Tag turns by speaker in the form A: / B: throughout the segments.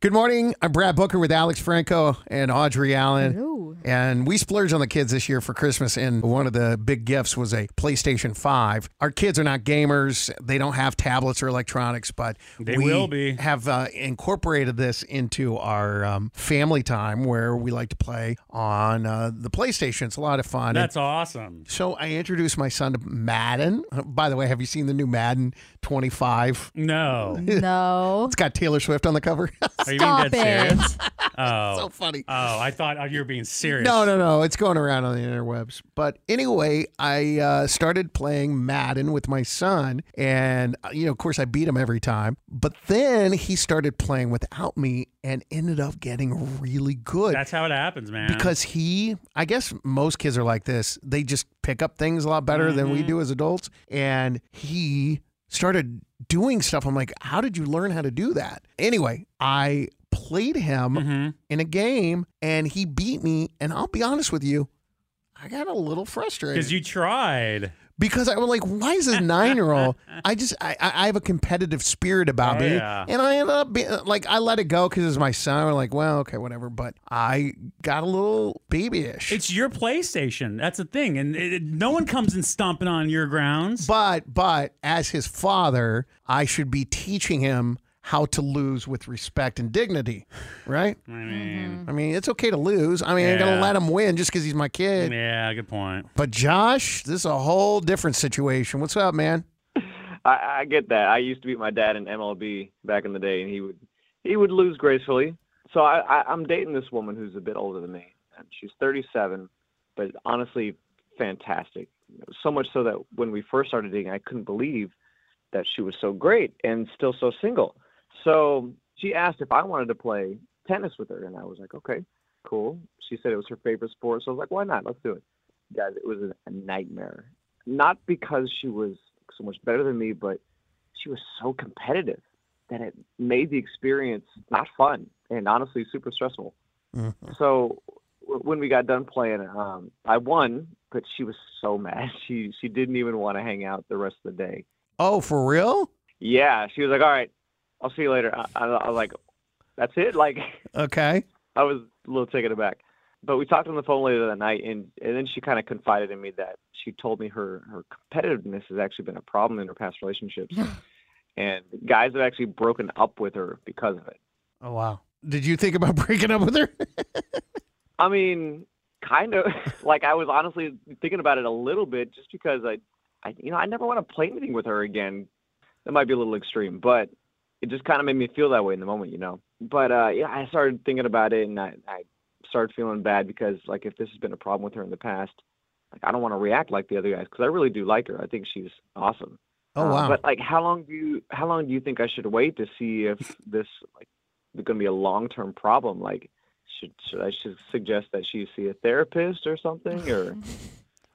A: Good morning. I'm Brad Booker with Alex Franco and Audrey Allen. And we splurged on the kids this year for Christmas, and one of the big gifts was a PlayStation 5. Our kids are not gamers, they don't have tablets or electronics, but
B: They
A: we
B: will be.
A: have uh, incorporated this into our um, family time where we like to play on uh, the PlayStation. It's a lot of fun.
B: That's awesome.
A: so I introduced my son to Madden. Uh, By the way, have you seen the new Madden 25?
B: No.
C: No.
A: It's got Taylor Swift on the cover.
B: Are you
C: Stop
B: being dead
C: it.
B: serious? Oh.
A: so funny.
B: oh, I thought oh, you were being serious.
A: No, no, no. It's going around on the interwebs. But anyway, I uh, started playing Madden with my son. And, uh, you know, of course, I beat him every time. But then he started playing without me and ended up getting really good.
B: That's how it happens, man.
A: because he, I guess most kids are like this. They just pick up things a lot better than we do as adults. And he started doing stuff. I'm like, how did you learn how to do that? Anyway, I played him
B: Mhm.
A: in a game and he beat me. And I'll be honest with you, I got a little frustrated
B: Because you tried.
A: because I was like, why is this nine year old? I just, I, I I have a competitive spirit about
B: Oh,
A: me.
B: yeah.
A: And I ended up being like, I let it go because it's my son. We're like, well, okay, whatever. But I got a little babyish.
B: It's your PlayStation. That's the thing. And it, it- no one comes and stomping on your grounds.
A: but, but as his father, I should be teaching him how to lose with respect and dignity, right?
B: I mean,
A: I mean, it's okay to lose. I mean, I ain't gonna
B: Mm-hmm. Yeah.
A: let him win just because he's my kid.
B: yeah, good point.
A: But Josh, this is a whole different situation. What's up, man?
D: I, I get that. I used to beat my dad in MLB back in the day, and he would he would lose gracefully. So I, I, I'm dating this woman who's a bit older than me, and she's 37, but honestly, fantastic. So much so that when we first started dating, I couldn't believe that she was so great and still so single. So she asked if I wanted to play tennis with her, and I was like, okay, cool. She said it was her favorite sport, so I was like, why not? Let's do it. Guys, it was a nightmare. Not because she was so much better than me, but she was so competitive that it made the experience not fun and honestly super stressful. So w- when we got done playing, um, I won, but she was so mad. She she didn't even want to hang out the rest of the day.
A: Oh, for real?
D: Yeah, she was like, "All right, I'll see you later." I, I, I was like, "That's it." Like
A: Okay.
D: I was a little taken aback. But we talked on the phone later that night, and, and then she kind of confided in me that she told me her, her competitiveness has actually been a problem in her past relationships. and guys have actually broken up with her because of it.
A: Oh wow. Did you think about breaking up with her?
D: I mean, kind of. like, I was honestly thinking about it a little bit just because I, I you know, I never want to play anything with her again. That might be a little extreme, but it just kind of made me feel that way in the moment, you know. But uh, yeah, I started thinking about it, and I, I started feeling bad because, like, if this has been a problem with her in the past, like, I don't want to react like the other guys because I really do like her. I think she's awesome.
A: Oh
D: Uh,
A: wow.
D: but like, how long do you how long do you think I should wait to see if this like is going to be a long term problem? Like, should should I should suggest that she see a therapist or something? Or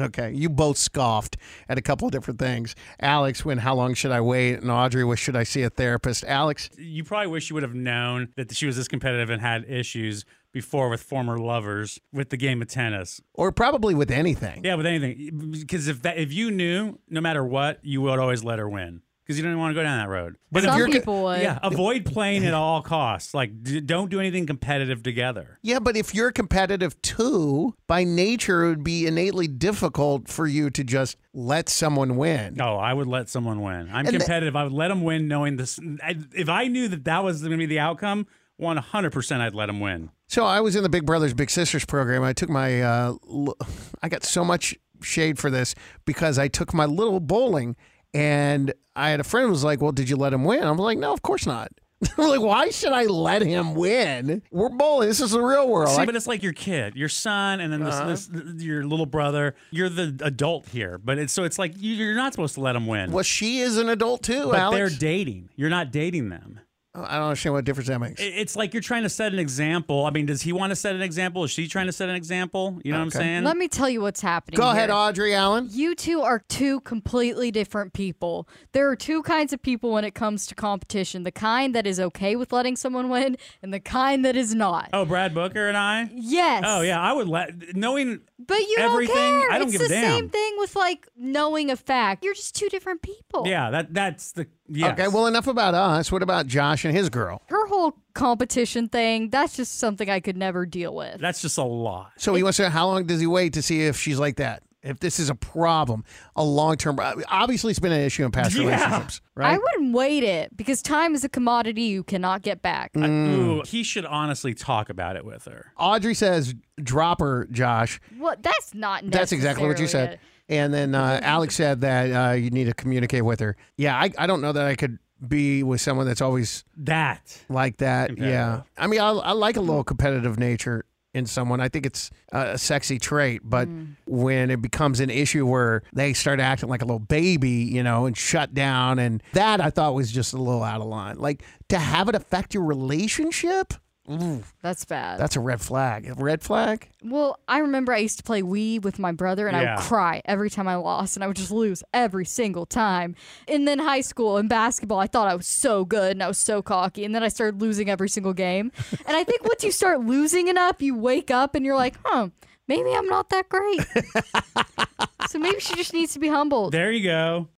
A: okay. You both scoffed at a couple of different things. Alex when how long should I wait? And Audrey was should I see a therapist? Alex,
B: You probably wish you would have known that she was this competitive and had issues before with former lovers with the game of tennis.
A: or probably with anything.
B: Yeah, with anything. Because if that if you knew, no matter what, you would always let her win. Because you don't want to go down that road. But
A: if
C: Some
A: you're co-
C: people would.
B: yeah, avoid playing at all costs. Like, d- don't do anything competitive together.
A: Yeah, but if you're competitive too, by nature it would be innately difficult for you to just let someone win.
B: No, Oh, I would let someone win. I'm
A: And the-
B: competitive. I would let them win, knowing this. I, if I knew that that was going to be the outcome, 100, percent I'd let them win.
A: So I was in the Big Brothers Big Sisters program. I took my, uh, l- I got so much shade for this because I took my little bowling, and I had a friend who was like, "Well, did you let him win?" I'm like, "No, of course not." I'm like, why should I let him win? We're bowling. This is the real world.
B: See,
A: I-
B: but it's like your kid, your son, and then this, this, th- your little brother. You're the adult here, but it's so it's like you, you're not supposed to let them win.
A: well, she is an adult too,
B: but
A: Alex.
B: they're dating. You're not dating them.
A: I don't understand what difference that makes.
B: It- It's like you're trying to set an example. I mean, does he want to set an example? Is she trying to set an example? You know what I'm
A: Okay.
B: saying?
C: Let me tell you what's happening.
A: Go ahead,
C: here.
A: Audrey Allen.
C: You two are two completely different people. There are two kinds of people when it comes to competition the kind that is okay with letting someone win, and the kind that is not.
B: oh, Brad Booker and I.
C: Yes.
B: Oh yeah, I would let knowing
C: But you
B: Everything,
C: don't care.
B: I don't
C: it's
B: give a
C: the same
B: damn.
C: thing with like knowing a fact. You're just two different people.
B: Yeah, that that's the yeah.
A: Okay, well, enough about us. What about Josh and his girl?
C: Her whole competition thing, that's just something I could never deal with.
B: that's just a lot.
A: So he wants to. How long does he wait to see if she's like that? If this is a problem, a long term. Obviously, it's been an issue in past
B: Yeah.
A: relationships,
C: I
A: right?
C: wouldn't wait it because time is a commodity you cannot get back.
B: Mm. Ooh, he should honestly talk about it with her.
A: Audrey says, "Drop her, Josh."
C: Well, that's not
A: That's exactly what you
C: necessarily
A: said. And then uh, Alex said that uh, you need to communicate with her. Yeah, I, I don't know that I could be with someone that's always
B: That
A: like that.
B: Competitive.
A: Yeah, I mean, I, I like a little competitive nature in someone. I think it's a a sexy trait, but when it becomes an issue where they start acting like a little baby, you know, and shut down, and that I thought was just a little out of line. Like to have it affect your relationship,
C: it. That's bad.
A: that's a red flag. A red flag.
C: Well, I remember I used to play Wii with my brother, and I
B: Yeah.
C: would cry every time I lost, and I would just lose every single time. And then high school and basketball, I thought I was so good and I was so cocky, and then I started losing every single game. and I think once you start losing enough, you wake up and you're like, huh, maybe I'm not that great. so maybe she just needs to be humbled.
B: there you go.